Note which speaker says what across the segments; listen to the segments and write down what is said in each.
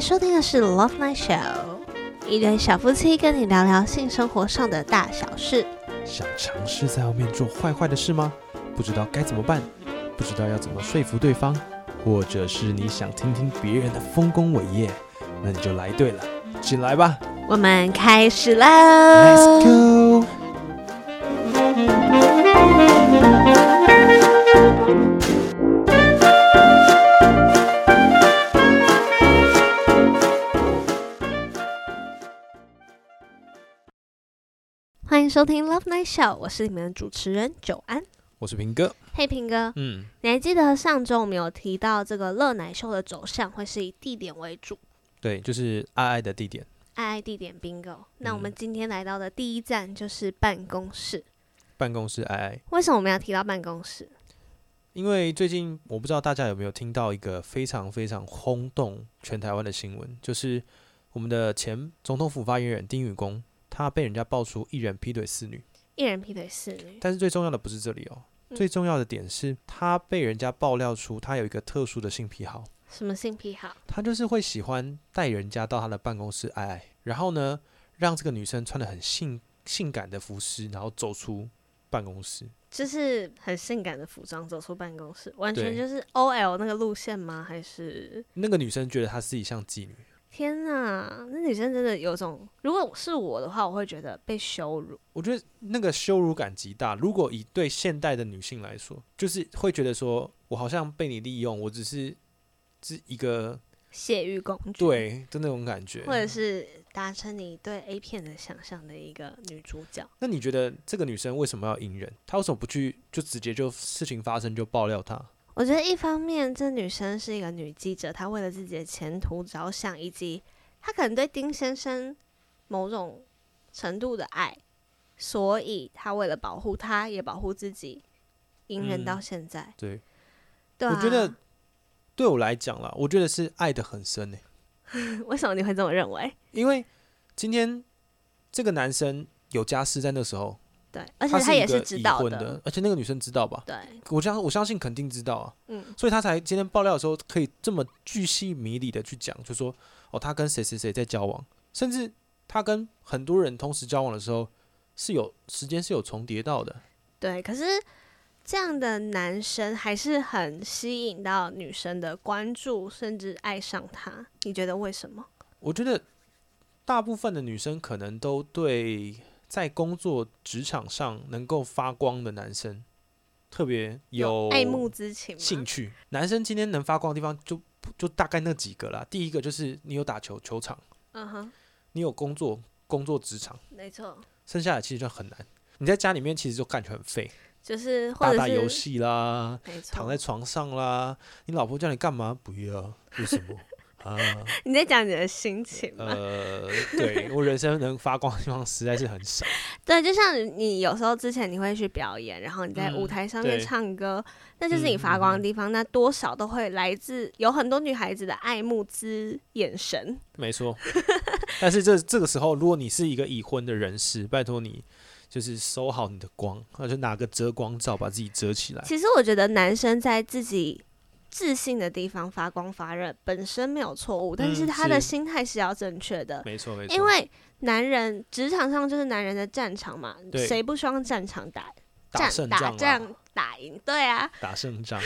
Speaker 1: 收听的是《Love Night Show》，一对小夫妻跟你聊聊性生活上的大小事。
Speaker 2: 想尝试在外面做坏坏的事吗？不知道该怎么办，不知道要怎么说服对方，或者是你想听听别人的丰功伟业，那你就来对了，进来吧
Speaker 1: 我们开始喽
Speaker 2: ，Let's go。
Speaker 1: 欢迎收听《Love Night Show》，我是你们的主持人九安。
Speaker 2: 我是平哥，
Speaker 1: 嘿，平哥，
Speaker 2: 嗯，
Speaker 1: 你还记得上周我们有提到这个乐奶秀的走向会是以地点为主，
Speaker 2: 对，就是爱爱的地点，
Speaker 1: 爱爱地点 bingo。那我们
Speaker 2: 嗯
Speaker 1: 今天来到的第一站就是办公室。
Speaker 2: 办公室爱爱。
Speaker 1: 为什么我们要提到办公室？
Speaker 2: 因为最近我不知道大家有没有听到一个非常非常轰动全台湾的新闻，就是我们的前总统府发言人丁允恭，他被人家爆出一人劈腿四女。
Speaker 1: 一人劈腿四女，
Speaker 2: 但是最重要的不是这里哦，
Speaker 1: 嗯
Speaker 2: 最重要的点是他被人家爆料出他有一个特殊的性癖好，
Speaker 1: 什么性癖好？
Speaker 2: 他就是会喜欢带人家到他的办公室爱爱，然后呢，让这个女生穿的很性性感的服饰，然后走出办公室。
Speaker 1: 就是很性感的服装走出办公室，完全
Speaker 2: 对
Speaker 1: 就是 OL 那个路线吗？还是
Speaker 2: 那个女生觉得她自己像妓女，
Speaker 1: 天哪，那女生真的有种，如果是我的话，我会觉得被羞辱。
Speaker 2: 我觉得那个羞辱感极大。如果以对现代的女性来说，就是会觉得说我好像被你利用，我只是是一个
Speaker 1: 泄欲工具，，
Speaker 2: 对的那种感觉。
Speaker 1: 或者是达成你对 A 片的想象的一个女主角。
Speaker 2: 那你觉得这个女生为什么要隐忍？她为什么不去就直接就事情发生就爆料她？
Speaker 1: 我觉得一方面，这女生是一个女记者，她为了自己的前途着想，以及她可能对丁先生某种程度的爱，所以她为了保护他，也保护自己，隐忍
Speaker 2: 嗯
Speaker 1: 到现在。
Speaker 2: 对，
Speaker 1: 对、啊，
Speaker 2: 我觉得对我来讲啦，我觉得是爱的很深呢、
Speaker 1: 为什么你会这么认为？
Speaker 2: 因为今天这个男生有家室，在那时候，
Speaker 1: 对，而且
Speaker 2: 他
Speaker 1: 他
Speaker 2: 一
Speaker 1: 也
Speaker 2: 个
Speaker 1: 是知
Speaker 2: 已
Speaker 1: 道
Speaker 2: 婚的，而且那个女生知道吧？
Speaker 1: 对，
Speaker 2: 我相我相信肯定知道啊，
Speaker 1: 嗯，
Speaker 2: 所以他才今天爆料的时候可以这么巨细迷离的去讲，就说哦，他跟谁谁谁在交往，甚至他跟很多人同时交往的时候是有时间是有重叠到的。
Speaker 1: 对。可是这样的男生还是很吸引到女生的关注，甚至爱上他。你觉得为什么？
Speaker 2: 我觉得大部分的女生可能都对在工作职场上能够发光的男生特别有
Speaker 1: 爱慕之情吗？
Speaker 2: 兴趣。男生今天能发光的地方就就大概那几个啦。第一个就是你有打球球场，
Speaker 1: 嗯哼，
Speaker 2: 你有工作工作职场，
Speaker 1: 没错，
Speaker 2: 剩下的其实就很难。你在家里面其实就感觉很废，
Speaker 1: 就是或
Speaker 2: 打
Speaker 1: 者
Speaker 2: 打
Speaker 1: 是
Speaker 2: 游
Speaker 1: 哦
Speaker 2: 戏啦，
Speaker 1: 没错，
Speaker 2: 躺在床上啦，你老婆叫你干嘛？不要，为什么？ 啊，
Speaker 1: 你在讲你的心情吗？
Speaker 2: 呃，对我人生能发光的地方实在是很少。
Speaker 1: 对，就像你有时候之前你会去表演，然后你在
Speaker 2: 嗯
Speaker 1: 舞台上面
Speaker 2: 对嗯
Speaker 1: 唱歌，那就是你发光的地方。那多少都会来自有很多女孩子的爱慕之眼神。
Speaker 2: 没错，但是这这个时候，如果你是一个已婚的人士，拜托你就是收好你的光，那就拿个遮光罩把自己遮起来。
Speaker 1: 其实我觉得男生在自己自信的地方发光发热本身没有错误，但
Speaker 2: 嗯
Speaker 1: 是他的
Speaker 2: 是
Speaker 1: 心态是要正确的，
Speaker 2: 没错，没错，
Speaker 1: 因为男人职场上就是男人的战场嘛，
Speaker 2: 对
Speaker 1: 谁不希望战场打
Speaker 2: 打
Speaker 1: 战
Speaker 2: 胜啊
Speaker 1: 打
Speaker 2: 仗啦，
Speaker 1: 仗打赢？对啊，
Speaker 2: 打胜仗，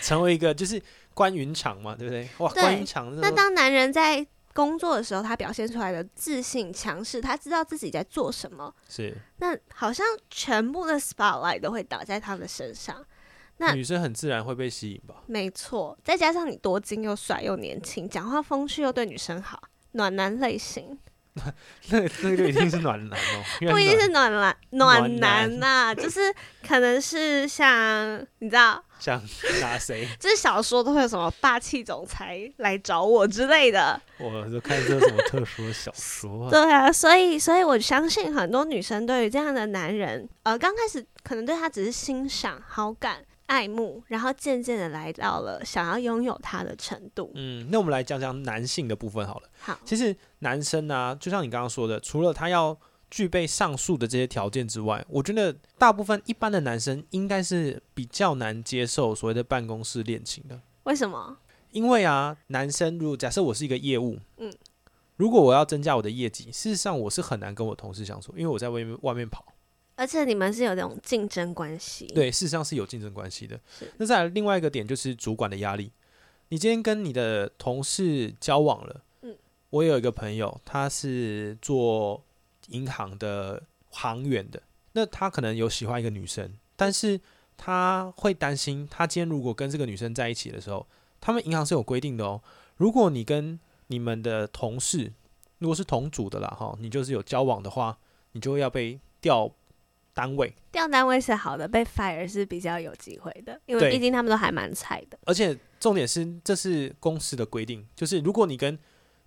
Speaker 2: 成为一个就是关云长嘛，对不对？哇，
Speaker 1: 对
Speaker 2: 关云长那
Speaker 1: 那
Speaker 2: 种
Speaker 1: 当男人在工作的时候，他表现出来的自信、强势，他知道自己在做什么，
Speaker 2: 是
Speaker 1: 那好像全部的 spotlight 都会打在他的身上。那
Speaker 2: 女生很自然会被吸引吧？
Speaker 1: 没错，再加上你多金又帅又年轻，讲话风趣又对女生好，暖男类型，
Speaker 2: 那那个就一定是暖男哦，因为
Speaker 1: 不一定是
Speaker 2: 暖
Speaker 1: 暖男暖
Speaker 2: 暖男
Speaker 1: 男呐、 就是可能是像你知道，
Speaker 2: 想打谁，
Speaker 1: 就是小说都会有什么霸气总裁来找我之类的，
Speaker 2: 我就看这有什么特殊的小说、啊。
Speaker 1: 对啊，所以所以我相信很多女生对于这样的男人，呃，刚开始可能对他只是欣赏、好感、爱慕，然后渐渐的来到了想要拥有他的程度。
Speaker 2: 嗯，那我们来讲讲男性的部分好了。
Speaker 1: 好，
Speaker 2: 其实男生呢、就像你刚刚说的，除了他要具备上述的这些条件之外，我觉得大部分一般的男生应该是比较难接受所谓的办公室恋情的，
Speaker 1: 为什么？
Speaker 2: 因为啊，男生如果假设我是一个业务，
Speaker 1: 嗯，
Speaker 2: 如果我要增加我的业绩，事实上我是很难跟我同事相处，因为我在外面外面跑。
Speaker 1: 而且你们是有那种竞争关系，，
Speaker 2: 对，事实上是有竞争关系的
Speaker 1: 是。
Speaker 2: 那再来另外一个点就是主管的压力。你今天跟你的同事交往了，
Speaker 1: 嗯，
Speaker 2: 我有一个朋友，他是做银行的行员的，那他可能有喜欢一个女生，但是他会担心，他今天如果跟这个女生在一起的时候，他们银行是有规定的哦，如果你跟你们的同事，如果是同组的啦哈，你就是有交往的话，你就会要被调单位。
Speaker 1: 调单位是好的，被 fire 是比较有机会的，因为
Speaker 2: 对
Speaker 1: 毕竟他们都还蛮菜的。
Speaker 2: 而且重点是，这是公司的规定，就是如果你跟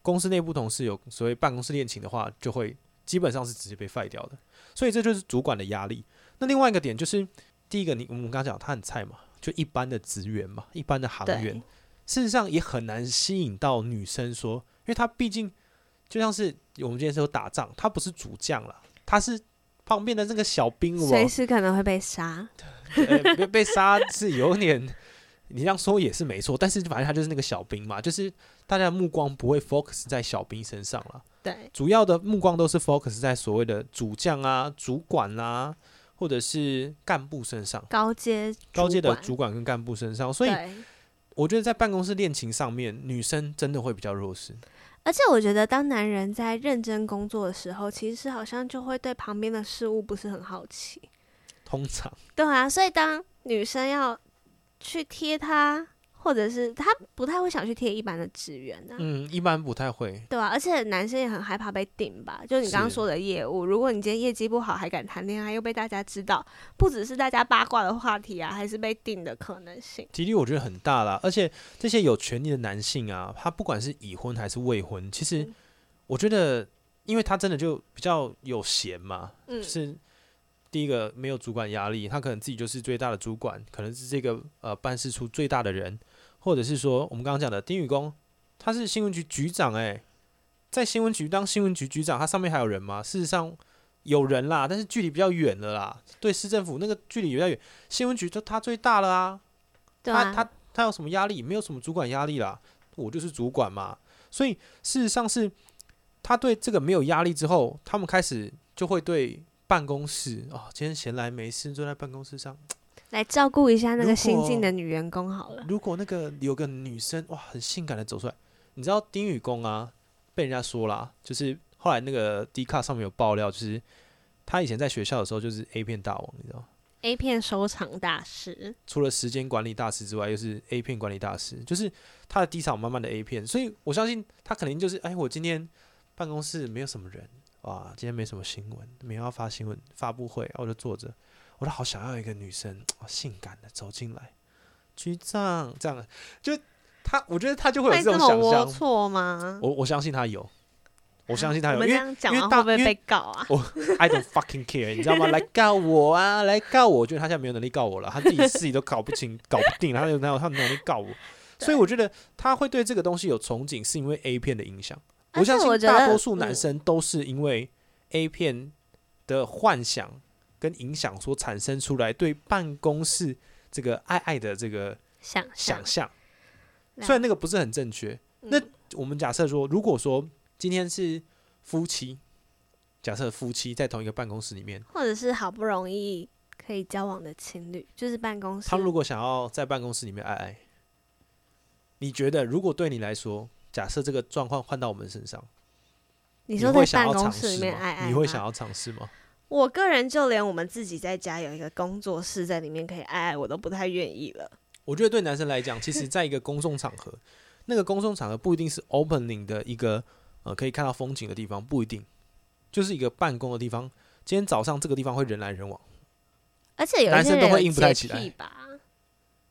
Speaker 2: 公司内部同事有所谓办公室恋情的话，就会基本上是直接被 fire 掉的。所以这就是主管的压力。那另外一个点就是，第一个你我们刚刚讲他很菜嘛，就一般的职员嘛，一般的行员
Speaker 1: 对，，
Speaker 2: 事实上也很难吸引到女生说，因为他毕竟就像是我们今天说打仗，他不是主将啦，他是旁边的那个小兵，我
Speaker 1: 随时可能会被杀。
Speaker 2: 呃，被被杀是有点，你这样说也是没错，但是反正他就是那个小兵嘛，就是大家的目光不会 focus 在小兵身上了，
Speaker 1: 对，
Speaker 2: 主要的目光都是 focus 在所谓的主将啊、主管啦、或者是干部身上，
Speaker 1: 高阶
Speaker 2: 高阶的
Speaker 1: 管
Speaker 2: 主管跟干部身上，所以
Speaker 1: 对
Speaker 2: 我觉得在办公室恋情上面，女生真的会比较弱势。
Speaker 1: 而且我觉得，当男人在认真工作的时候，其实好像就会对旁边的事物不是很好奇。
Speaker 2: 通常
Speaker 1: 对啊，所以当女生要去贴他，或者是他不太会想去贴一般的职员啊。
Speaker 2: 嗯，一般不太会。
Speaker 1: 对啊，而且男生也很害怕被顶吧，就你刚刚
Speaker 2: 是
Speaker 1: 说的业务，如果你今天业绩不好还敢谈恋爱，又被大家知道，不只是大家八卦的话题啊，还是被顶的可能性。
Speaker 2: 几率我觉得很大啦。而且这些有权利的男性啊，他不管是已婚还是未婚，其实
Speaker 1: 嗯
Speaker 2: 我觉得，因为他真的就比较有闲嘛，
Speaker 1: 嗯，
Speaker 2: 是第一个没有主管压力，他可能自己就是最大的主管，可能是这个呃办事处最大的人，或者是说我们刚刚讲的丁宇公，他是新闻局局长诶、在新闻局当新闻局局长，他上面还有人吗？事实上有人啦，但是距离比较远了啦，对市政府那个距离比较远，新闻局就他最大了啊，
Speaker 1: 对
Speaker 2: 他
Speaker 1: 啊，
Speaker 2: 他他有什么压力？没有什么主管压力啦，我就是主管嘛。所以事实上是，他对这个没有压力之后，他们开始就会对办公室啊、今天闲来没事坐在办公室上，
Speaker 1: 来照顾一下那
Speaker 2: 如
Speaker 1: 个新进
Speaker 2: 果
Speaker 1: 的女员工好了。
Speaker 2: 如果那个有个女生哇，很性感的走出来，你知道丁宇公啊，被人家说啦，就是后来那个 D 卡上面有爆料，就是他以前在学校的时候就是 A 片大王，你知道吗？
Speaker 1: A 片收藏大师，
Speaker 2: 除了时间管理大师之外，又是 A 片管理大师，就是他的低潮慢慢的 A 片，所以我相信他肯定就是，哎，我今天办公室没有什么人，哇，今天没什么新闻，没有要发新闻发布会，啊我就坐着，我都好想要一个女生，啊性感的走进来，局长这样，就他，我觉得他就会有
Speaker 1: 会
Speaker 2: 这
Speaker 1: 这
Speaker 2: 种
Speaker 1: 么
Speaker 2: 想
Speaker 1: 龌
Speaker 2: 象，
Speaker 1: 龊吗？
Speaker 2: 我我相信他有，我相信他
Speaker 1: 我
Speaker 2: 有，
Speaker 1: 们
Speaker 2: 因
Speaker 1: 这
Speaker 2: 为
Speaker 1: 样讲
Speaker 2: 因为
Speaker 1: 完会
Speaker 2: 大
Speaker 1: 不会
Speaker 2: 因为
Speaker 1: 被告啊？
Speaker 2: I don't fucking care，你知道吗？来告我啊， 来告我！我觉得他现在没有能力告我了，他自己自己都搞不清、 搞不定，然后有哪有他能力告我？所以我觉得他会对这个东西有憧憬，是因为 A 片的影响。
Speaker 1: 而且
Speaker 2: 相
Speaker 1: 我
Speaker 2: 信
Speaker 1: 觉得
Speaker 2: 大多数男
Speaker 1: 嗯
Speaker 2: 生都是因为 A 片的幻想跟影响所产生出来对办公室这个爱爱的这个
Speaker 1: 嗯想
Speaker 2: 想象，
Speaker 1: 来
Speaker 2: 虽然那个不是很正确。那
Speaker 1: 嗯
Speaker 2: 我们假设说，如果说今天是夫妻，假设夫妻在同一个办公室里面。
Speaker 1: 或者是好不容易可以交往的情侣，就是办公室
Speaker 2: 他如果想要在办公室里面爱爱，你觉得如果对你来说，假设这个状况换到我们身上，
Speaker 1: 你
Speaker 2: 你
Speaker 1: 说在
Speaker 2: 会想
Speaker 1: 办
Speaker 2: 要
Speaker 1: 公
Speaker 2: 尝
Speaker 1: 室里
Speaker 2: 试
Speaker 1: 面
Speaker 2: 吗
Speaker 1: 爱爱，
Speaker 2: 你会想？要尝试吗？
Speaker 1: 我个人就连我们自己在家有一个工作室在里面可以爱爱，我都不太愿意了。
Speaker 2: 我觉得对男生来讲，其 实在一个公众场合，那个公众场合不一定是 opening 的一个呃可以看到风景的地方，不一定，就是一个办公的地方。今天早上这个地方会人来人往，
Speaker 1: 而且有一
Speaker 2: 男
Speaker 1: 些
Speaker 2: 生都
Speaker 1: 人
Speaker 2: 会
Speaker 1: 有
Speaker 2: 硬不太
Speaker 1: 洁
Speaker 2: 起来
Speaker 1: 癖吧，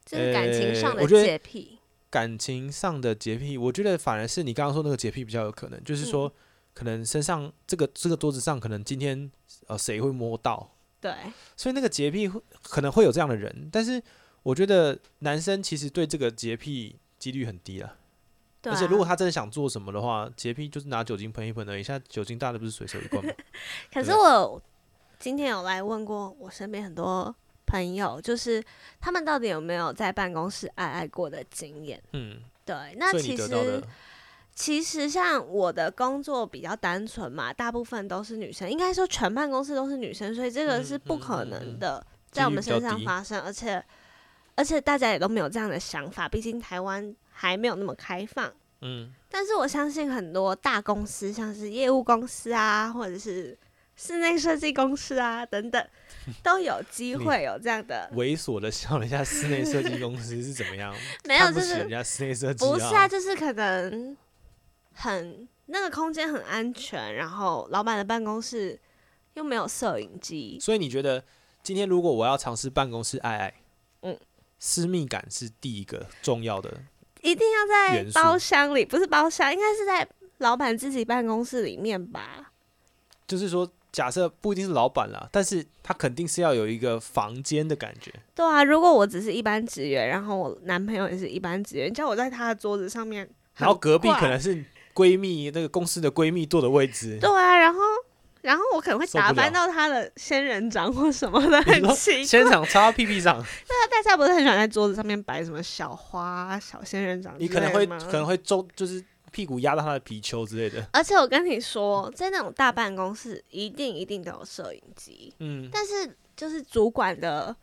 Speaker 1: 就是感情上
Speaker 2: 呃
Speaker 1: 的
Speaker 2: 我觉得
Speaker 1: 洁癖。
Speaker 2: 感情上的洁癖，我觉得反而是你刚刚说那个洁癖比较有可能，
Speaker 1: 嗯
Speaker 2: 就是说、可能身上这个这个桌子上可能今天呃谁会摸到，
Speaker 1: 对，
Speaker 2: 所以那个洁癖会可能会有这样的人，但是我觉得男生其实对这个洁癖几率很低了。
Speaker 1: 对
Speaker 2: 而
Speaker 1: 啊
Speaker 2: 且如果他真的想做什么的话，洁癖就是拿酒精喷一喷而已。现在酒精大的不是随手一罐吗？
Speaker 1: 可是
Speaker 2: 对
Speaker 1: 我有今天有来问过我身边很多朋友，就是他们到底有没有在办公室爱爱过的经验？
Speaker 2: 嗯，
Speaker 1: 对，那
Speaker 2: 所以
Speaker 1: 其
Speaker 2: 你得到
Speaker 1: 实
Speaker 2: 的
Speaker 1: 其实像我的工作比较单纯嘛，大部分都是女生，应该说全办公室都是女生，所以这个
Speaker 2: 嗯
Speaker 1: 是不
Speaker 2: 嗯
Speaker 1: 可
Speaker 2: 嗯
Speaker 1: 能
Speaker 2: 嗯
Speaker 1: 的
Speaker 2: 几
Speaker 1: 在我
Speaker 2: 率
Speaker 1: 们
Speaker 2: 比较
Speaker 1: 身上
Speaker 2: 低
Speaker 1: 发生，而且而且大家也都没有这样的想法，毕竟台湾还没有那么开放。
Speaker 2: 嗯，
Speaker 1: 但是我相信很多大公司，像是业务公司啊，或者是室内设计公司啊等 等，都有机
Speaker 2: 你
Speaker 1: 会有这样的。
Speaker 2: 猥琐的笑了一下室内设计公司是怎么样？
Speaker 1: 没有
Speaker 2: 看不
Speaker 1: 就
Speaker 2: 起
Speaker 1: 是
Speaker 2: 人家室内设计
Speaker 1: 不是啊，就是可能很那个空间很安全，然后老板的办公室又没有摄影机，
Speaker 2: 所以你觉得今天如果我要尝试办公室爱爱，
Speaker 1: 嗯，
Speaker 2: 私密感是第一个重要的，
Speaker 1: 一定要在
Speaker 2: 元素
Speaker 1: 包厢里，不是包厢，应该是在老板自己办公室里面吧？
Speaker 2: 就是说。假设不一定是老板啦，但是他肯定是要有一个房间的感觉。
Speaker 1: 对啊，如果我只是一般职员，然后我男朋友也是一般职员，叫我在他的桌子上面，
Speaker 2: 然后隔壁
Speaker 1: 怪
Speaker 2: 可能是闺蜜，那个公司的闺蜜坐的位置。
Speaker 1: 对啊，然后然后我可能会
Speaker 2: 受不
Speaker 1: 打翻
Speaker 2: 了
Speaker 1: 到他的仙人掌或什么的，很
Speaker 2: 你说
Speaker 1: 奇怪。
Speaker 2: 现场插到屁屁上，
Speaker 1: 大家不是很喜欢在桌子上面摆什么小花啊、小仙人掌之
Speaker 2: 你
Speaker 1: 类的
Speaker 2: 可
Speaker 1: 吗？
Speaker 2: 能会可能会周就是屁股压到他的皮球之类的。
Speaker 1: 而且我跟你说，在那种大办公室，一定一定都有摄影机，
Speaker 2: 嗯，
Speaker 1: 但是就是主管的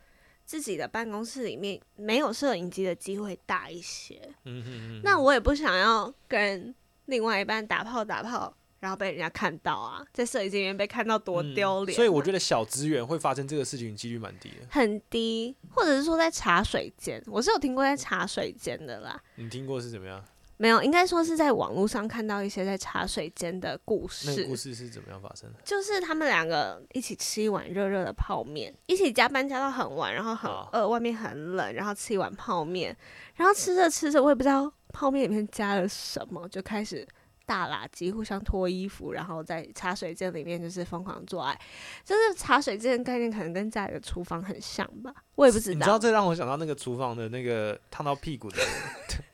Speaker 1: 自己的办公室里面没有摄影机的机会大一些。
Speaker 2: 嗯嗯嗯
Speaker 1: 那我也不想要跟另外一半打炮打炮，然后被人家看到啊，在摄影机里面被看到多丢脸啊、
Speaker 2: 嗯所以我觉
Speaker 1: 得
Speaker 2: 得小职员会发生这个事情几率蛮低的。
Speaker 1: 很低，或者是说在茶水间，我是有听过在茶水间的啦。
Speaker 2: 你听过是怎么样？
Speaker 1: 没有，应该说是在网络上看到一些在茶水间的故
Speaker 2: 那
Speaker 1: 事，
Speaker 2: 个故事是怎么样发生的？
Speaker 1: 就是他们两个一起吃一碗热热的泡面，一起加班加到很晚，然后很呃
Speaker 2: 啊
Speaker 1: 饿，外面很冷，然后吃一碗泡面，然后吃着吃着，我也不知道泡面里面加了什么，就开始大垃圾，互相脱衣服，然后在茶水间里面就是疯狂做爱，就是茶水间的概念可能跟家里的厨房很像吧，我也不知
Speaker 2: 你
Speaker 1: 道，
Speaker 2: 知道这让我想到那个厨房的那个烫到屁股 的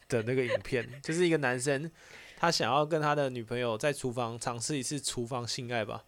Speaker 2: 的那个影片，就是一个男生他想要跟他的女朋友在厨房尝试一次厨房性爱吧，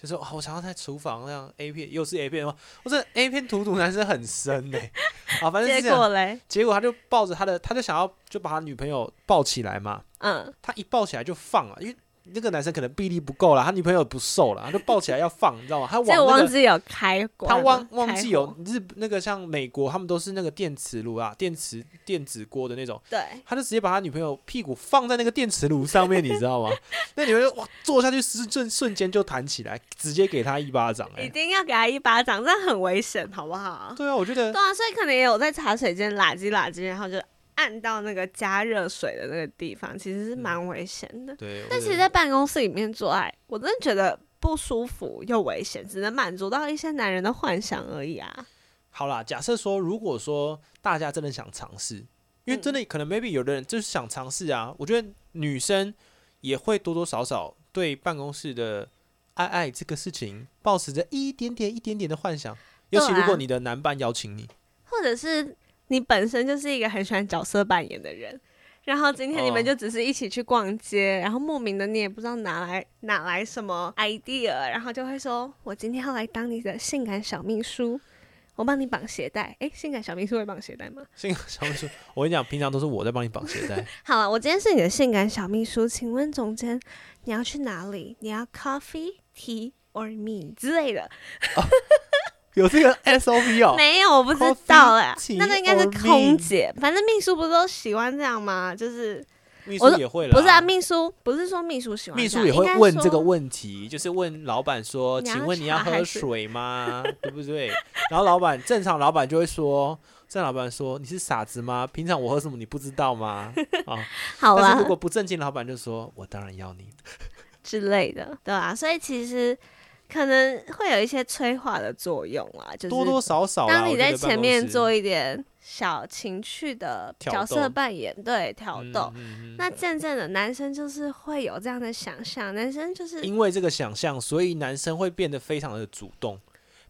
Speaker 2: 就说哦，我想要在厨房那样 A 片，又是 A 片的话，我这 A 片荼毒男生很深呢、 啊，反正是
Speaker 1: 结
Speaker 2: 这样
Speaker 1: 果。嘞，
Speaker 2: 结果他就抱着他的，他就想要就把他女朋友抱起来嘛，
Speaker 1: 嗯，
Speaker 2: 他一抱起来就放了，因为那个男生可能臂力不够啦，他女朋友不瘦啦，他就抱起来要放，你知道吗？他往
Speaker 1: 结果
Speaker 2: 那
Speaker 1: 忘
Speaker 2: 个
Speaker 1: 记有开关
Speaker 2: 他
Speaker 1: 了，
Speaker 2: 忘忘记
Speaker 1: 开
Speaker 2: 有
Speaker 1: 火
Speaker 2: 日那个像美国他们都是那个电磁炉啊，电磁电子锅的那种，
Speaker 1: 对。
Speaker 2: 他就直接把他女朋友屁股放在那个电磁炉上面，你知道吗？ 那女朋友哇坐下去瞬瞬间就弹起来，直接给他一巴掌、
Speaker 1: 一
Speaker 2: 哎，
Speaker 1: 定要给他一巴掌，这样很危险，好不好？
Speaker 2: 对啊，我觉得
Speaker 1: 对啊，所以可能也有在茶水间垃圾垃圾，然后就按到那个加热水的那个地方，其实是蛮危险的。
Speaker 2: 对，
Speaker 1: 嗯
Speaker 2: 我
Speaker 1: 但
Speaker 2: 觉
Speaker 1: 其实，
Speaker 2: 得
Speaker 1: 在办公室里面做爱，我真的觉得不舒服又危险，只能满足到一些男人的幻想而已啊。
Speaker 2: 好啦，假设说，如果说大家真的想尝试，因为真
Speaker 1: 嗯
Speaker 2: 的可能 maybe 有的人就是想尝试啊，我觉得女生也会多多少少对办公室的爱爱这个事情抱持着一点点一点点的幻想，尤其
Speaker 1: 对啊
Speaker 2: 如果你的男伴邀请你，
Speaker 1: 或者是你本身就是一个很喜欢角色扮演的人，然后今天你们
Speaker 2: 哦
Speaker 1: 就只是一起去逛街，然后莫名的你也不知道哪来哪来什么 idea，然后就会说我今天要来当你的性感小秘书，我帮你绑鞋带。诶，性感小秘书会绑鞋带吗？
Speaker 2: 性格小秘书，我跟你讲，平常都是我在帮你绑 鞋带，
Speaker 1: 好了，我今天是你的性感小秘书，请问总监你要去哪里？你要 coffee tea or
Speaker 2: 哦
Speaker 1: me 之类的？
Speaker 2: 有这个 SOP 哦。
Speaker 1: 没有，我不知
Speaker 2: Coffee,
Speaker 1: 道啦，
Speaker 2: tea
Speaker 1: 那个应该是
Speaker 2: or me
Speaker 1: 空姐，反正秘书不是都喜欢这样吗？就是。
Speaker 2: 秘
Speaker 1: 我
Speaker 2: 书
Speaker 1: 说
Speaker 2: 也会了，
Speaker 1: 不是啊，，秘书不是说秘书喜欢这
Speaker 2: 秘
Speaker 1: 样，
Speaker 2: 书也会
Speaker 1: 应该
Speaker 2: 问这个
Speaker 1: 说，
Speaker 2: 问题，就是问老板说：“
Speaker 1: 你要
Speaker 2: 请问你要
Speaker 1: 茶还
Speaker 2: 喝
Speaker 1: 是
Speaker 2: 水吗？对不对？”然后老板正常老板就会说：“正常老板说你是傻子吗？平常我喝什么你不知道吗？”啊，
Speaker 1: 好
Speaker 2: 但
Speaker 1: 啦
Speaker 2: 是如果不正经，老板就说：“我当然要你。
Speaker 1: 之类的，对啊，所以其实可能会有一些催化的作用啊，就是
Speaker 2: 多多少少啦，
Speaker 1: 当你
Speaker 2: 我觉
Speaker 1: 在
Speaker 2: 得办
Speaker 1: 前
Speaker 2: 公
Speaker 1: 面
Speaker 2: 室嗯
Speaker 1: 做一点小情趣的
Speaker 2: 挑
Speaker 1: 角色
Speaker 2: 逗
Speaker 1: 扮演，对挑
Speaker 2: 嗯
Speaker 1: 逗，
Speaker 2: 嗯嗯
Speaker 1: 那渐渐的男生就是会有这样的想象，男生就是
Speaker 2: 因为这个想象，所以男生会变得非常的主动，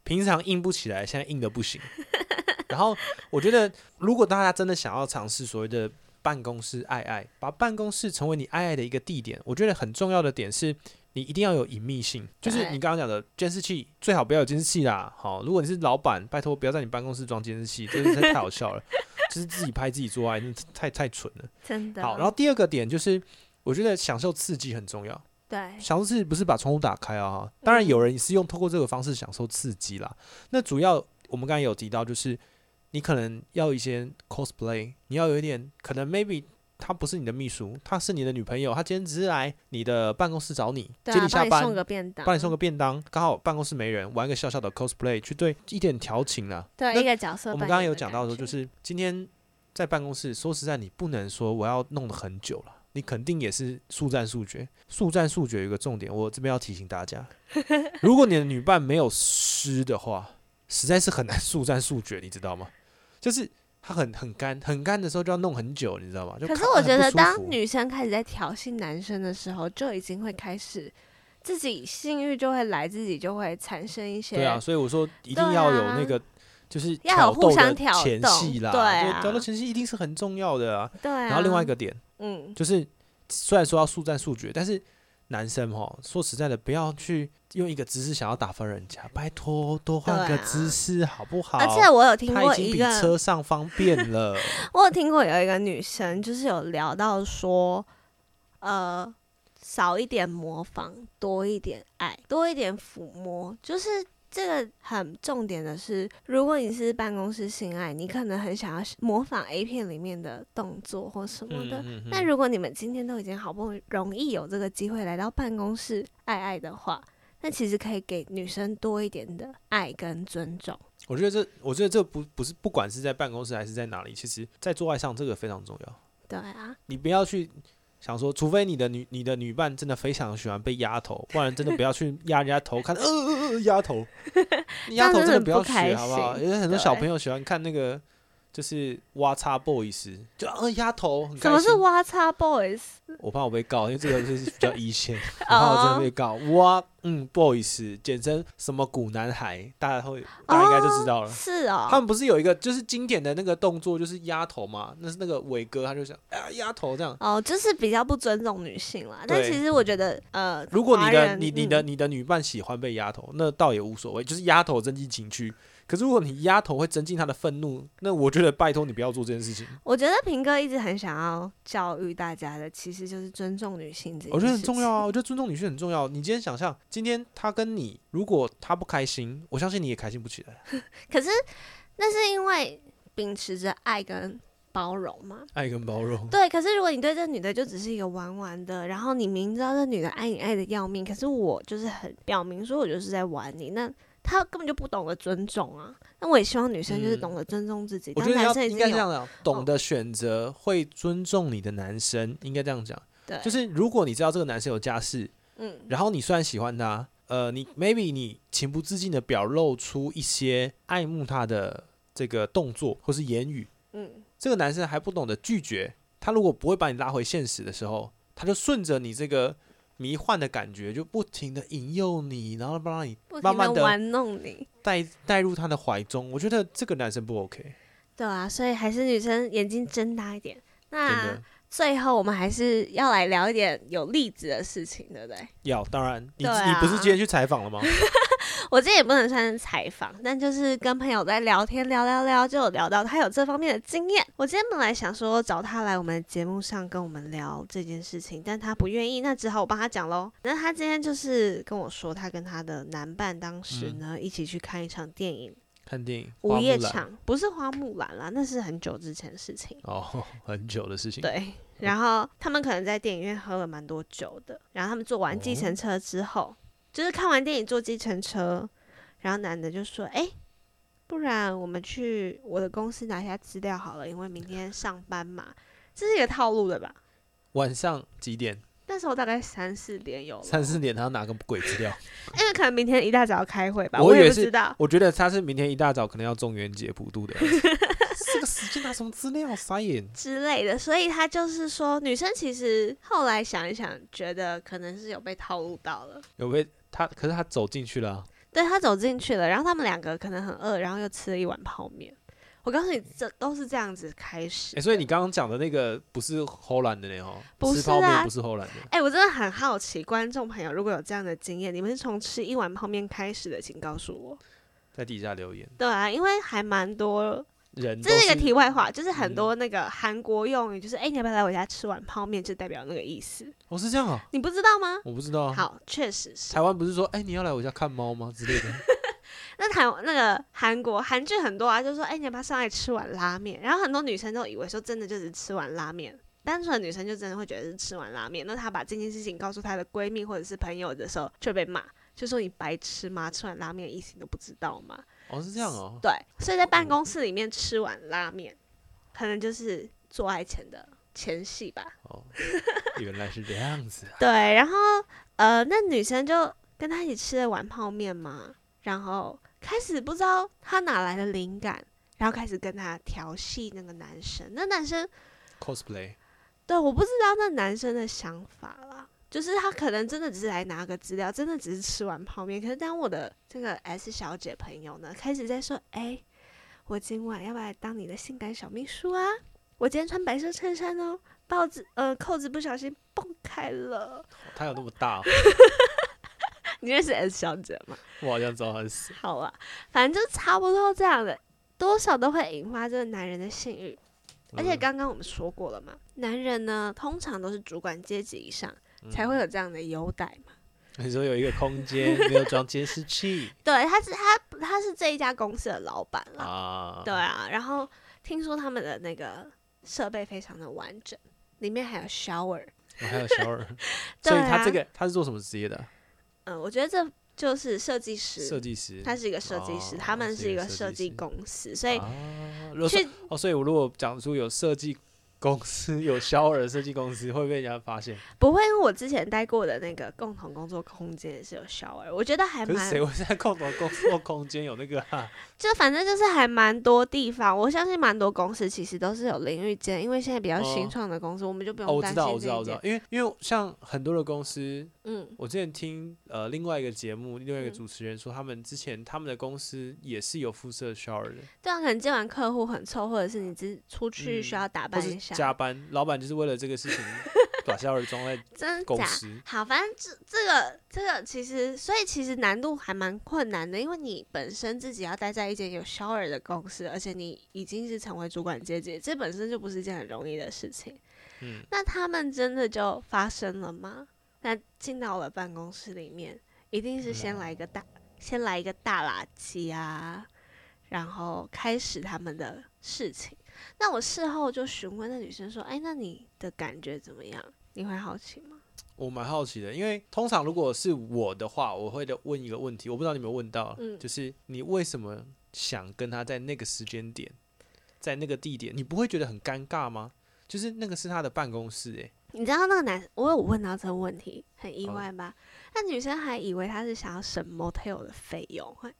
Speaker 2: 平常硬不起来，现在硬的不行。 然后我觉得，如果大家真的想要尝试所谓的办公室爱爱，把办公室成为你爱爱的一个地点，我觉得很重要的点是。你一定要有隐秘性，就是
Speaker 1: 对
Speaker 2: 你刚刚讲的监视器，最好不要有监视器啦。好，如果你是老板，拜托不要在你办公室装监视器，真的是太好笑了。 就是自己拍自己做爱，那太太蠢了。
Speaker 1: 真的。
Speaker 2: 好，然后第二个点就是，我觉得享受刺激很重要。
Speaker 1: 对，
Speaker 2: 享受刺激不是把窗户打开
Speaker 1: 嗯
Speaker 2: 啊，当然有人是用透过这个方式享受刺激啦。那主要我们刚才有提到，就是你可能要一些 cosplay，你要有一点可能 maybe。她不是你的秘书，她是你的女朋友。她今天只是来你的办公室找你，
Speaker 1: 对
Speaker 2: 接
Speaker 1: 啊，
Speaker 2: 下
Speaker 1: 帮你送
Speaker 2: 班，
Speaker 1: 个便当，
Speaker 2: 帮你送个便当，刚好办公室没人，玩个小小的 cosplay，去对一点调情啊啦。
Speaker 1: 对
Speaker 2: 那
Speaker 1: 一个角色
Speaker 2: 我
Speaker 1: 扮演的感觉。
Speaker 2: 们刚刚有讲到说，就是今天在办公室，说实在，你不能说我要弄得很久了，你肯定也是速战速决。速战速决有一个重点，我这边要提醒 大家，如果你的女伴没有湿的话，实在是很难速战速决，你知道吗？就是她很很干，很干的时候就要弄很久，你知道吗？就
Speaker 1: 可是
Speaker 2: 看
Speaker 1: 我
Speaker 2: 很
Speaker 1: 觉
Speaker 2: 不
Speaker 1: 得，
Speaker 2: 舒服
Speaker 1: 当女生开始在挑衅男生的时候，就已经会开始自己性欲就会来，自己就会产生一些
Speaker 2: 对啊，所以我说一定
Speaker 1: 对
Speaker 2: 要有
Speaker 1: 啊
Speaker 2: 那个。就是
Speaker 1: 要
Speaker 2: 挑
Speaker 1: 有互
Speaker 2: 逗的
Speaker 1: 相挑
Speaker 2: 前
Speaker 1: 逗
Speaker 2: 戏啦，
Speaker 1: 对
Speaker 2: 就挑
Speaker 1: 啊
Speaker 2: 逗前戏一定是很重要的啊。
Speaker 1: 对啊
Speaker 2: 然后另外一个点，
Speaker 1: 嗯，
Speaker 2: 就是虽然说要速战速决，但是男生哈，说实在的，不要去用一个姿势想要打翻人家，拜托多换
Speaker 1: 对
Speaker 2: 个
Speaker 1: 啊
Speaker 2: 姿势好不好？
Speaker 1: 而且我有听
Speaker 2: 他
Speaker 1: 过
Speaker 2: 已经
Speaker 1: 一
Speaker 2: 比
Speaker 1: 个，
Speaker 2: 车上方 便了，
Speaker 1: 我有听过有一个女生，就是有聊到说，呃，少一点模仿，多一点爱，多一点抚摸，就是。这个很重点的是，如果你是办公室性爱，你可能很想要模仿 A 片里面的动作或什么的，
Speaker 2: 嗯
Speaker 1: 那如果你们今天都已经好不容易有这个机会来到办公室爱爱的话，那其实可以给女生多一点的爱跟尊重。
Speaker 2: 我觉得这，我觉得这不不是，不管是在办公室还是在哪里，其实在做爱上这个非常重要。
Speaker 1: 对啊，
Speaker 2: 你不要去想说，除非你的女你的女伴真的非常喜欢被压头，不然真的不要去压人家 头，看呃呃呃压头，你压头真的不要
Speaker 1: 这样真的很
Speaker 2: 学
Speaker 1: 不开心
Speaker 2: 好不好？因为很多
Speaker 1: 对
Speaker 2: 小朋友喜欢看那个就是哇叉 boys，就呃压头，很
Speaker 1: 什
Speaker 2: 开
Speaker 1: 么是
Speaker 2: 心。
Speaker 1: 哇叉 boys？
Speaker 2: 我怕我被告，因为这个就是比较 一线，我怕我真的被告。哇，嗯，boys 简称什么古男孩，大家会大家应该就知道了。
Speaker 1: 是哦，
Speaker 2: 他们不是有一个就是经典的那个动作，就是压头嘛？那是那个伟哥，他就想啊压头这样。
Speaker 1: 哦，就是比较不尊重女性啦。
Speaker 2: 对
Speaker 1: 但其实我觉得，呃，
Speaker 2: 如果
Speaker 1: 华
Speaker 2: 你的
Speaker 1: 人
Speaker 2: 你你的
Speaker 1: 嗯
Speaker 2: 你的女伴喜欢被压头，那倒也无所谓，就是压头增进情趣。可是如果你压头会增进她的愤怒，那我觉得拜托你不要做这件事情。
Speaker 1: 我觉得平哥一直很想要教育大家的，其实就是尊重女性这件
Speaker 2: 我觉得很
Speaker 1: 事
Speaker 2: 重
Speaker 1: 情
Speaker 2: 要啊，我觉得尊重女性很重要。你今天想象，今天她跟你，如果她不开心，我相信你也开心不起来。
Speaker 1: 可是那是因为秉持着爱跟包容嘛。
Speaker 2: 爱跟包容，
Speaker 1: 对，可是如果你对这女的就只是一个玩玩的，然后你明知道这女的爱你爱的要命，可是我就是很表明说我就是在玩你，那她根本就不懂得尊重啊。那我也希望女生就是
Speaker 2: 嗯
Speaker 1: 懂得尊重自己，
Speaker 2: 我
Speaker 1: 当
Speaker 2: 觉得
Speaker 1: 男
Speaker 2: 要
Speaker 1: 生已经
Speaker 2: 应该这
Speaker 1: 有
Speaker 2: 样讲，懂得选择会尊重你的男生，应该这样讲。
Speaker 1: 哦对，
Speaker 2: 就是如果你知道这个男生有家室，
Speaker 1: 嗯，
Speaker 2: 然后你虽然喜欢他，呃，你 maybe 你情不自禁的表露出一些爱慕他的这个动作或是言语，
Speaker 1: 嗯，
Speaker 2: 这个男生还不懂得拒绝，他如果不会把你拉回现实的时候，他就顺着你这个迷幻的感觉，就不停的引诱你，然后让你
Speaker 1: 不
Speaker 2: 慢
Speaker 1: 停
Speaker 2: 慢
Speaker 1: 的
Speaker 2: 的
Speaker 1: 玩弄你。
Speaker 2: 带带入他的怀中。我觉得这个男生不 OK，
Speaker 1: 对啊，所以还是女生眼睛睁大一点。
Speaker 2: 真
Speaker 1: 那
Speaker 2: 的。
Speaker 1: 最后我们还是要来聊一点有例子的事情，对不对？
Speaker 2: 要当然，你、
Speaker 1: 对
Speaker 2: 你不是
Speaker 1: 啊
Speaker 2: 今天去采访了吗？
Speaker 1: 我这也不能算是采访，但就是跟朋友在聊天，聊聊聊，就有聊到他有这方面的经验。我今天本来想说找他来我们节目上跟我们聊这件事情，但他不愿意，那只好我帮他讲喽。那他今天就是跟我说，他跟他的男伴当时呢、一起去看一场电影《
Speaker 2: 看电影，
Speaker 1: 午
Speaker 2: 嗯花
Speaker 1: 夜
Speaker 2: 木兰
Speaker 1: 场》，不是花木兰啦，那是很久之前的事情。
Speaker 2: 哦， 很久的事情。
Speaker 1: 对，然后他们可能在电影院喝了蛮多酒的，然后他们坐完计
Speaker 2: 哦
Speaker 1: 程车之后，就是看完电影坐计程车，然后男的就说：“哎、不然我们去我的公司拿一下资料好了，因为明天上班嘛。”这是一个套路的吧？
Speaker 2: 晚上几点？
Speaker 1: 那时候大概三四点有了，
Speaker 2: 三四点他拿个鬼资料，
Speaker 1: 因为可能明天一大早要开会吧，
Speaker 2: 我
Speaker 1: 我
Speaker 2: 以为
Speaker 1: 也不
Speaker 2: 是
Speaker 1: 知道。
Speaker 2: 我觉得他是明天一大早可能要中元节普 渡的样子，这个时间拿什么资料？傻眼。
Speaker 1: 之类的，所以他就是说，女生其实后来想一想，觉得可能是有被套路到了。
Speaker 2: 有被他，可是他走进 去了啊、
Speaker 1: 对他走进去了，然后他们两个可能很饿，然后又吃了一碗泡面。我告诉你，这都是这样子开始
Speaker 2: 诶，
Speaker 1: 的。
Speaker 2: 所以你刚刚讲的那个不是荷兰的呢？哦，
Speaker 1: 不
Speaker 2: 吃
Speaker 1: 是
Speaker 2: 泡面
Speaker 1: 啊
Speaker 2: 不是荷兰的。
Speaker 1: 哎、我真的很好奇，观众朋友如果有这样的经验，你们是从吃一碗泡面开始的，请告诉我。
Speaker 2: 在底下留言，
Speaker 1: 对啊，因为还蛮多
Speaker 2: 人都
Speaker 1: 这是一个题
Speaker 2: 外，
Speaker 1: 外话，就是
Speaker 2: 嗯
Speaker 1: 很多那个韩国用语，就是哎、诶你要不要来我家吃碗泡面，就代表那个意思，
Speaker 2: 我、是这样啊，
Speaker 1: 你不知道吗？
Speaker 2: 我不知道啊。
Speaker 1: 好，确实是。
Speaker 2: 台湾不是说，哎、你要来我家看猫吗之类的？
Speaker 1: 那台那个韩国韩剧很多啊，就说哎、诶你要不要上来吃碗拉面？然后很多女生都以为说真的就只是吃碗拉面，单纯的女生就真的会觉得是吃碗拉面。那她把这件事情告诉她的闺蜜或者是朋友的时候，就被骂，就说你白痴吗？吃碗拉面的意思你都不知道吗？
Speaker 2: 哦，是这样 哦。
Speaker 1: 对，所以在办公室里面吃碗拉面，可能就是做爱前的前戏吧。
Speaker 2: 哦，原来是这样子啊。
Speaker 1: 对，然后呃，那女生就跟他一起吃了碗泡面嘛，然后开始不知道他哪来的灵感，然后开始跟他调戏那个男生。那男生
Speaker 2: cosplay
Speaker 1: 对，我不知道那男生的想法啦，就是他可能真的只是来拿个资料，真的只是吃完泡面。可是当我的这个 S 小姐朋友呢，开始在说：“哎、我今晚要不要来当你的性感小秘书啊？我今天穿白色衬衫哦，帽子呃扣子不小心蹦开了。
Speaker 2: 哦他有那么大哦、”
Speaker 1: 你认识 S 小姐吗？
Speaker 2: 我好像知道他是谁。
Speaker 1: 好啊，反正就差不多这样的，多少都会引发这个男人的性欲。而且
Speaker 2: 嗯
Speaker 1: 刚刚我们说过了嘛，男人呢通常都是主管阶级以上才会有这样的优待嘛。
Speaker 2: 嗯你说有一个空间没有装监视 器
Speaker 1: 对，他是他他是这一家公司的老板啦。
Speaker 2: 啊？
Speaker 1: 对啊，然后听说他们的那个设备非常的完整，里面还有 shower。
Speaker 2: 我哦还有小耳，
Speaker 1: 对
Speaker 2: 所以他
Speaker 1: 啊
Speaker 2: 这个他是做什么职业的啊？
Speaker 1: 嗯，我觉得这就是设计师，
Speaker 2: 设计师。
Speaker 1: 他是一个设计师，
Speaker 2: 哦
Speaker 1: 他们
Speaker 2: 是
Speaker 1: 是
Speaker 2: 一
Speaker 1: 一
Speaker 2: 个
Speaker 1: 个
Speaker 2: 设
Speaker 1: 设
Speaker 2: 计
Speaker 1: 计
Speaker 2: 师
Speaker 1: 公司，所以
Speaker 2: 啊，如果
Speaker 1: 去
Speaker 2: 说哦，所以我如果讲出有设计公司有小耳设计公司，会被人家发现。
Speaker 1: 不会，因为我之前待过的那个共同工作空间也是有 shower，我觉得还
Speaker 2: 可是
Speaker 1: 蛮
Speaker 2: 谁会在共同工作空间有那个啊？
Speaker 1: 就反正就是还蛮多地方，我相信蛮多公司其实都是有淋浴间，因为现在比较新
Speaker 2: 哦
Speaker 1: 创的公司，我们就不
Speaker 2: 哦，
Speaker 1: 用
Speaker 2: 我知
Speaker 1: 担
Speaker 2: 道，我
Speaker 1: 心
Speaker 2: 知
Speaker 1: 这
Speaker 2: 道，我
Speaker 1: 一
Speaker 2: 知道
Speaker 1: 点。，
Speaker 2: 因为因为像很多的公司，
Speaker 1: 嗯，
Speaker 2: 我之前听呃另外一个节目，另外一个
Speaker 1: 嗯
Speaker 2: 主持人说，他们之前他们的公司也是有附设 shower 的，
Speaker 1: 对啊，可能见完客户很臭，或者是你只出去
Speaker 2: 嗯
Speaker 1: 需要打
Speaker 2: 或
Speaker 1: 扮
Speaker 2: 是
Speaker 1: 一下，
Speaker 2: 加班，老板就是为了这个 事情把 shower 装在
Speaker 1: 真
Speaker 2: 公
Speaker 1: 假？
Speaker 2: 司。
Speaker 1: 好，反正这这个这个其实，所以其实难度还蛮困难的，因为你本身自己要待在一间有 shower 的公司，而且你已经是成为主管阶级，这本身就不是一件很容易的事情。
Speaker 2: 嗯，
Speaker 1: 那他们真的就发生了吗？那进到了办公室里面，一定是先来一个大，先来一个大垃圾啊，然后开始他们的事情。那我事后就询问那女生说：“哎，那你的感觉怎么样？你会好奇吗
Speaker 2: 我蛮好奇的，因为通常如果是我的话，我会的问一个问题，我不知道你有没有问到，
Speaker 1: 嗯
Speaker 2: 就是你为什么想跟他在那个时间点，在那个地点，你不会觉得很尴尬吗？就是那个是他的办公室、 欸，？”
Speaker 1: 你知道那个男，我有问到这个问题，很意
Speaker 2: 哦
Speaker 1: 外吧？那女生还以为他是想要省 motel 的费用，会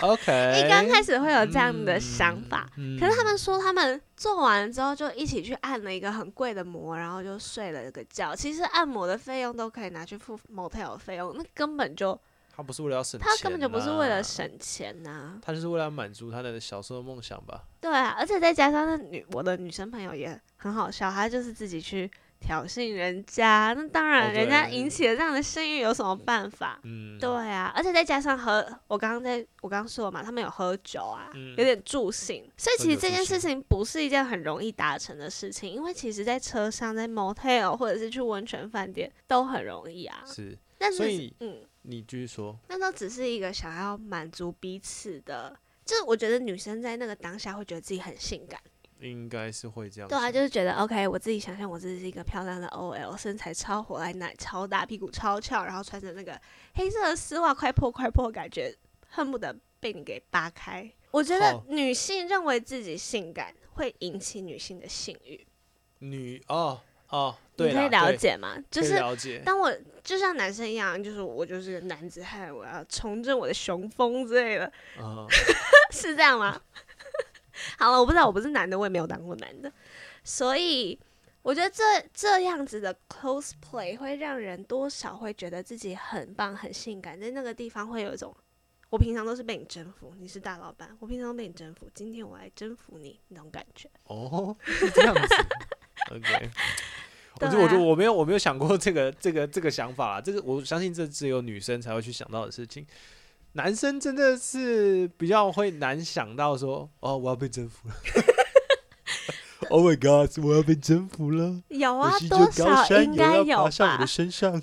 Speaker 2: OK，
Speaker 1: 一刚开始会有这样的想法。
Speaker 2: 哎嗯，
Speaker 1: 可是他们说，他们做完之后就一起去按了一个很贵的摩，然后就睡了个觉。其实按摩的费用都可以拿去付 motel 的费用，那根本就
Speaker 2: 他不是为了要省钱、啊
Speaker 1: 他根本就不是为了，省钱呐、
Speaker 2: 他就是为了满足他的小时候的梦想吧。
Speaker 1: 对啊，而且再加上那女我的女生朋友也很好笑，她就是自己去挑衅人家，那当
Speaker 2: 哦
Speaker 1: 然人家
Speaker 2: 对
Speaker 1: 引起了这样的声誉有什么办法？
Speaker 2: 嗯，
Speaker 1: 对啊，而且再加上喝，我刚刚在我刚刚说了嘛，他们有喝酒啊，
Speaker 2: 嗯
Speaker 1: 有点助兴，所以
Speaker 2: 喝
Speaker 1: 其实
Speaker 2: 酒
Speaker 1: 这
Speaker 2: 助
Speaker 1: 件事
Speaker 2: 兴
Speaker 1: 情不是一件很容易达成的事情，因为其实在车上、在 motel 或者是去温泉饭店都很容易啊。
Speaker 2: 是
Speaker 1: 但是，
Speaker 2: 所以
Speaker 1: 嗯，
Speaker 2: 你继续说，
Speaker 1: 那都只是一个想要满足彼此的，就是我觉得女生在那个当下会觉得自己很性感。
Speaker 2: 应该是会这样
Speaker 1: 对
Speaker 2: 想。
Speaker 1: 啊，就是觉得 OK，我自己想象我自己是一个漂亮的 OL，身材超火辣，奶超大，屁股超翘，然后穿着那个黑色的丝袜，快破快破，感觉恨不得被你给扒开。我觉得
Speaker 2: 好
Speaker 1: 女性认为自己性感会引起女性的性欲，
Speaker 2: 女哦哦，
Speaker 1: 你
Speaker 2: 对
Speaker 1: 可以
Speaker 2: 啦
Speaker 1: 了
Speaker 2: 对
Speaker 1: 解吗？就
Speaker 2: 可以
Speaker 1: 是
Speaker 2: 了解。
Speaker 1: 当我就像男生一样，就是我就是个男子汉，我要重振我的雄风之类的，
Speaker 2: 嗯，
Speaker 1: 是这样吗？好了，我不知道，我不是男的，我也没有当过男的，所以我觉得这这样子的 cosplay 会让人多少会觉得自己很棒、很性感，在那个地方会有一种，我平常都是被你征服，你是大老板，我平常都被你征服，今天我来征服你那种感觉。
Speaker 2: 哦，是这 样子。OK，我
Speaker 1: 对
Speaker 2: 就我就
Speaker 1: 啊
Speaker 2: 我没有我 没有想过这个这个这个想法啦，这个我相信这只有女生才会去想到的事情。男生真的是比较会难想到说，哦，我要被 征服了 ，Oh my God，我要被征服了，
Speaker 1: 有
Speaker 2: 我
Speaker 1: 啊，
Speaker 2: 是一
Speaker 1: 多
Speaker 2: 座高
Speaker 1: 少
Speaker 2: 山，
Speaker 1: 应该
Speaker 2: 也要
Speaker 1: 有
Speaker 2: 爬上我
Speaker 1: 吧
Speaker 2: 的？身上。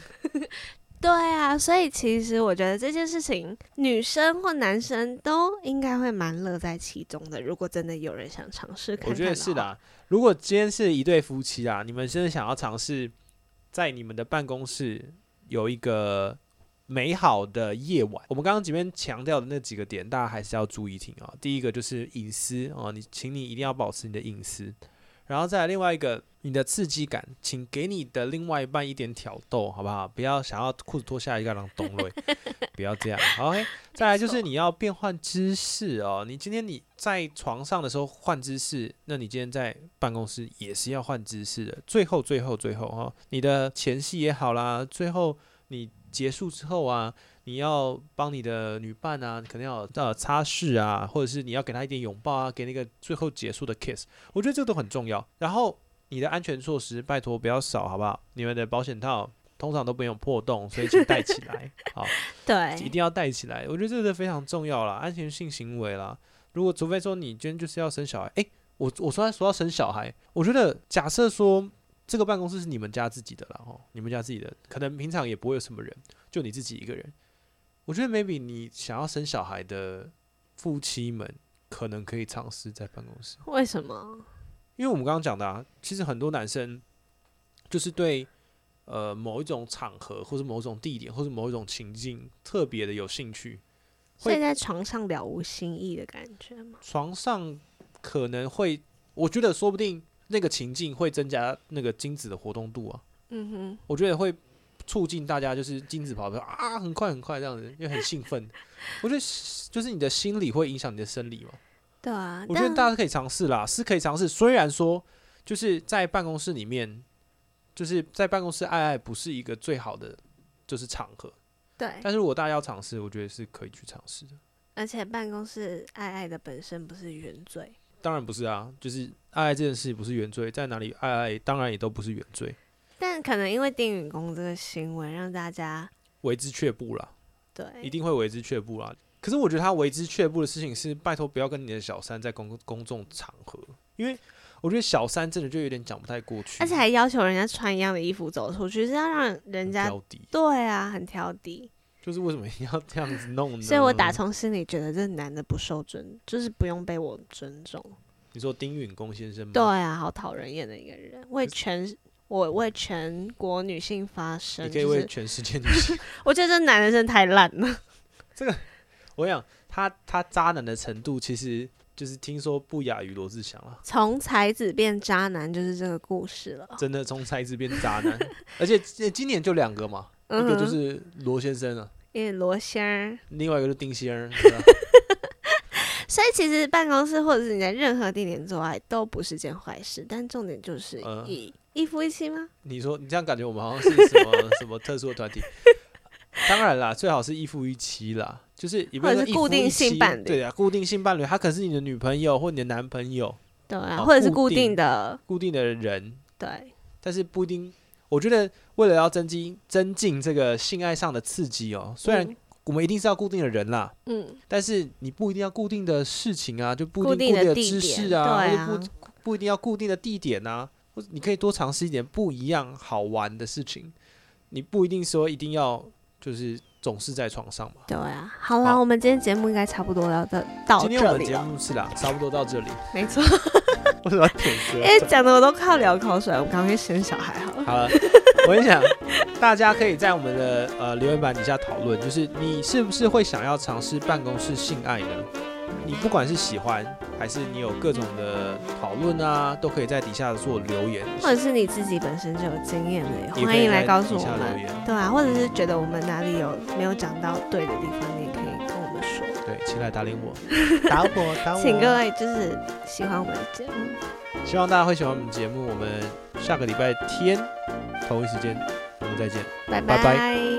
Speaker 1: 对啊，所以其实我觉得这件事情，女生或男生都应该会蛮乐在其中的。如果真的有人想尝试看看，
Speaker 2: 我觉得是的、。啊。如果今天是一对夫妻啊，你们真的想要尝试在你们的办公室有一个美好的夜晚，我们刚刚前面强调的那几个点，大家还是要注意听啊。第一个就是隐私哦，你请你一定要保持你的隐私，然后再来另外一个，你的刺激感，请给你的另外一半一点挑逗，好不好？不要想要裤子脱下来就给他让动了，不要这样。好 OK，再来就
Speaker 1: 错
Speaker 2: 是你要变换姿势哦。你今天你在床上的时候换姿势，那你今天在办公室也是要换姿势的。最后，最后，最后哦，你的前戏也好啦，最后你结束之后啊，你要帮你的女伴啊，可能要有呃擦拭啊，或者是你要给她一点拥抱啊，给那个最后结束的 kiss，我觉得这个都很重要。然后你的安全措施，拜托不要少，好不好？你们的保险套通常都没有破洞，所以请带起来，好，一
Speaker 1: 对，
Speaker 2: 定要带起来。我觉得这个非常重要啦，安全性行为啦。如果除非说你今天就是要生小孩，诶，我我说说要生小孩，我觉得假设说这个办公室是你们家自己的啦，哦，你们家自己的，可能平常也不会有什么人，就你自己一个人。我觉得 maybe 你想要生小孩的夫妻们，可能可以尝试在办公室。
Speaker 1: 为什么？
Speaker 2: 因为我们刚刚讲的啊，其实很多男生就是对呃某一种场合，或是某种地点，或是某一种情境特别的有兴趣。
Speaker 1: 所
Speaker 2: 会
Speaker 1: 以在床上了无新意的感觉吗？
Speaker 2: 床上可能会，我觉得说不定那个情境会增加那个精子的活动度啊。
Speaker 1: 嗯哼，
Speaker 2: 我觉得会促进大家就是精子跑的啊，很快很快这样子，因为很兴奋。我觉得就是你的心理会影响你的生理嘛。
Speaker 1: 对啊。
Speaker 2: 我觉得
Speaker 1: 但
Speaker 2: 大家可以尝试啦，是可以尝试。虽然说就是在办公室里面，就是在办公室爱爱不是一个最好的就是场合，
Speaker 1: 对，
Speaker 2: 但是如果大家要尝试，我觉得是可以去尝试的。
Speaker 1: 而且办公室爱爱的本身不是原罪，
Speaker 2: 当然不是啊，就是爱爱这件事不是原罪，在哪里爱爱当然也都不是原罪，
Speaker 1: 但可能因为丁允恭这个行为让大家
Speaker 2: 为之却步啦，
Speaker 1: 对
Speaker 2: 一定会为之却步啦。可是我觉得他为之却步的事情是，拜托不要跟你的小三在公公众场合，因为我觉得小三真的就有点讲不太过去，
Speaker 1: 而且还要求人家穿一样的衣服走出去，是要让人
Speaker 2: 很
Speaker 1: 家
Speaker 2: 挑剔
Speaker 1: 对啊，很挑剔。
Speaker 2: 就是为什么一定要这样子弄呢？
Speaker 1: 所以我打从心里觉得这男的不受尊，就是不用被我尊重。
Speaker 2: 你说丁允恭先生吗？
Speaker 1: 对啊，好讨人厌的一个人，为全我为全国女性发声，
Speaker 2: 你可以
Speaker 1: 就
Speaker 2: 为
Speaker 1: 是
Speaker 2: 全世界女 性。
Speaker 1: 我觉得这男的真的太烂了。
Speaker 2: 我想他他渣男的程度，其实就是听说不亚于罗志祥了。
Speaker 1: 从才子变渣男就是这个故事了。
Speaker 2: 真的从才子变渣 男，而且呃今今年就两个嘛，
Speaker 1: 嗯
Speaker 2: 一个就
Speaker 1: 哼，
Speaker 2: 是罗先生啊，
Speaker 1: 因为罗仙儿。
Speaker 2: 另外一个就是丁先 生。对吧
Speaker 1: 所以其实办公室或者是你在任何地点做爱都不是件坏事，但重点就是
Speaker 2: 嗯
Speaker 1: 一、一夫一妻吗？
Speaker 2: 你说你这样感觉我们好像是什 么什么特殊的团体？当然啦，最好是一夫一妻啦，就是也不
Speaker 1: 或者
Speaker 2: 说
Speaker 1: 是
Speaker 2: 一夫
Speaker 1: 固定
Speaker 2: 一
Speaker 1: 性
Speaker 2: 妻
Speaker 1: 伴侣
Speaker 2: 对啊，固定性伴侣，他可能是你的女朋友或你的男朋友，
Speaker 1: 对啊，
Speaker 2: 好
Speaker 1: 或者是
Speaker 2: 哦固
Speaker 1: 固定
Speaker 2: 定
Speaker 1: 的，
Speaker 2: 固定的人，
Speaker 1: 对，
Speaker 2: 但是不一定。我觉得为了要增进增进这个性爱上的刺激哦，虽然
Speaker 1: 嗯
Speaker 2: 我们一定是要固定的人啦，
Speaker 1: 嗯，
Speaker 2: 但是你不一定要固定的事情啊，就不
Speaker 1: 固
Speaker 2: 一定
Speaker 1: 定的
Speaker 2: 固定的
Speaker 1: 地
Speaker 2: 知
Speaker 1: 点
Speaker 2: 识啊，
Speaker 1: 对
Speaker 2: 或
Speaker 1: 啊
Speaker 2: 者不不一定要固定的地点啊，或者你可以多尝试一点不一样好玩的事情。你不一定说一定要就是总是在床上嘛。
Speaker 1: 对啊。好了，
Speaker 2: 好
Speaker 1: 我们今天节目应该差不多聊到到
Speaker 2: 今天
Speaker 1: 这
Speaker 2: 我们
Speaker 1: 里啊
Speaker 2: 节
Speaker 1: 了，
Speaker 2: 目是啦，差不多到这里。
Speaker 1: 没错。
Speaker 2: 为什么要舔
Speaker 1: 因
Speaker 2: 歌
Speaker 1: 为讲的我都快要流口水了，我赶快去生小孩好了。
Speaker 2: 好了，我跟你讲，大家可以在我们的呃留言板底下讨论，就是你是不是会想要尝试办公室性爱呢？你不管是喜欢还是你有各种的讨论啊，都可以在底下做留言，
Speaker 1: 或者是你自己本身就有经验的，
Speaker 2: 也
Speaker 1: 也
Speaker 2: 可
Speaker 1: 哦欢
Speaker 2: 以
Speaker 1: 迎来
Speaker 2: 在
Speaker 1: 告诉
Speaker 2: 底
Speaker 1: 我
Speaker 2: 下留
Speaker 1: 们。
Speaker 2: 言。
Speaker 1: 对啊，或者是觉得我们哪里有没有讲到对的地方，你也可以跟我们说。
Speaker 2: 对，请来打脸我，打我，打我。
Speaker 1: 请各位就是喜欢我们的节目，
Speaker 2: 希望大家会喜欢我们节目。我们下个礼拜天同一时间我们再见。拜拜
Speaker 1: 拜